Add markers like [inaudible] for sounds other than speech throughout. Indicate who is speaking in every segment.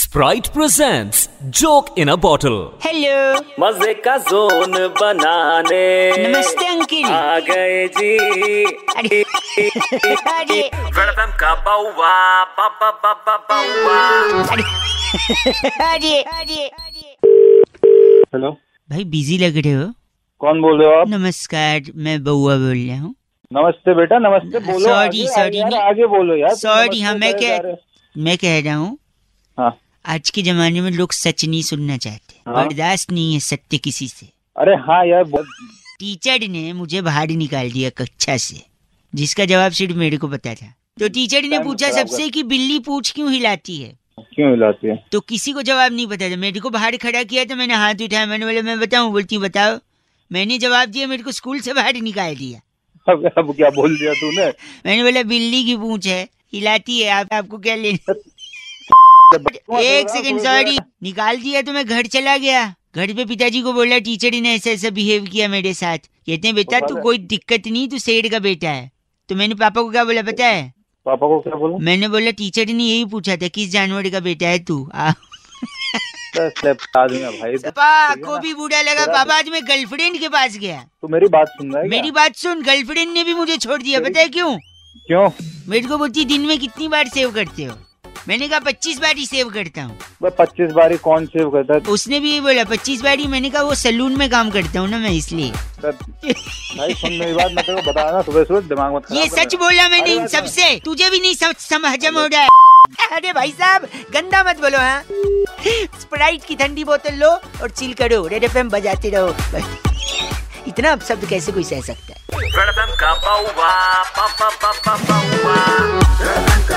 Speaker 1: Sprite presents Joke in a Bottle.
Speaker 2: Hello
Speaker 3: मजे का zone बनाने
Speaker 2: नमस्ते अंकिल
Speaker 4: Ah.
Speaker 3: आ गए जी
Speaker 2: अरे अरे
Speaker 3: वेलकम का बउवा बाबा बाबा बउवा
Speaker 2: अरे अरे
Speaker 4: हेलो
Speaker 2: भाई बिजी लग रहे हो
Speaker 4: कौन बोल रहे हो आप
Speaker 2: नमस्कार मैं बउआ बोल रहा हूँ
Speaker 4: नमस्ते बेटा नमस्ते बोलो
Speaker 2: Sorry,
Speaker 4: आगे,
Speaker 2: sorry,
Speaker 4: यार,
Speaker 2: नहीं।
Speaker 4: आगे बोलो यार तुम
Speaker 2: Sorry,
Speaker 4: नमस्ते
Speaker 2: हाँ, मैं
Speaker 4: करे
Speaker 2: क्या-
Speaker 4: जा रहे हो।
Speaker 2: मैं कह रहा हूँ
Speaker 4: हाँ
Speaker 2: आज के जमाने में लोग सच नहीं सुनना चाहते
Speaker 4: हाँ।
Speaker 2: बर्दाश्त नहीं है सत्य किसी से
Speaker 4: अरे हाँ यार बहुत
Speaker 2: टीचर ने मुझे बाहर निकाल दिया कक्षा से जिसका जवाब सिर्फ मेरे को पता था तो टीचर ने
Speaker 4: टाइम
Speaker 2: पूछा
Speaker 4: खराब
Speaker 2: सबसे कि बिल्ली पूछ क्यों हिलाती है
Speaker 4: क्यों हिलाती है [laughs]
Speaker 2: तो किसी को जवाब नहीं पता था मेरे को बाहर खड़ा किया तो मैंने हाथ उठाया मैंने बोला मैं बताऊं बोलती हूँ, बताओ मैंने जवाब दिया मेरे को स्कूल से बाहर निकाल दिया
Speaker 4: अब अब क्या बोल दिया तूने
Speaker 2: मैंने बोला बिल्ली की पूंछ है हिलाती है आप आपको क्या लेना एक सेकंड सॉरी निकाल दिया तो मैं घर चला गया घर पे पिताजी को बोला टीचर ने ऐसा ऐसा बिहेव किया मेरे साथ कहते हैं बेटा तू कोई दिक्कत नहीं तू सेठ का बेटा है तो मैंने पापा को क्या बोला पता है
Speaker 4: पापा को क्या बोला
Speaker 2: मैंने बोला टीचर ने यही पूछा था किस जानवर का बेटा है तू आ-
Speaker 4: आदमी है भाई तू
Speaker 2: पापा को भी बुरा लगा पापा आज मैं गर्लफ्रेंड के पास गया
Speaker 4: मेरी बात सुन रहा है
Speaker 2: मेरी
Speaker 4: क्या?
Speaker 2: बात सुन गर्लफ्रेंड ने भी मुझे छोड़ दिया पता है क्यों
Speaker 4: क्यों
Speaker 2: मेरे को बोलती दिन में कितनी बार सेव करते हो मैंने कहा पच्चीस बार ही सेव करता हूँ
Speaker 4: पच्चीस बारी कौन सेव करता है
Speaker 2: उसने भी ये बोला पच्चीस बार ही मैंने कहा वो सलून में काम करता हूँ ना मैं इसलिए
Speaker 4: सर,
Speaker 2: [laughs]
Speaker 4: भाई सुन मेरी बात मैं तेरे को बता रहा हूँ, सुबह सुबह दिमाग मत
Speaker 2: ये
Speaker 4: खराब
Speaker 2: सच
Speaker 4: कर।
Speaker 2: बोला मैंने
Speaker 4: अरे
Speaker 2: इन
Speaker 4: बात
Speaker 2: सबसे तुझे भी नहीं समझ सम हजम हो रहा है अरे भाई साहब गंदा मत बोलो हाँ स्प्राइट की ठंडी बोतल लो और चिल करो रेड एफएम बजाते रहो इतना अपशब्द कैसे कोई सह सकता है
Speaker 3: वेलकम का बउवा बाबा बाबा बउवा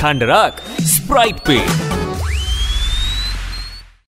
Speaker 1: ठंड रख, Sprite पे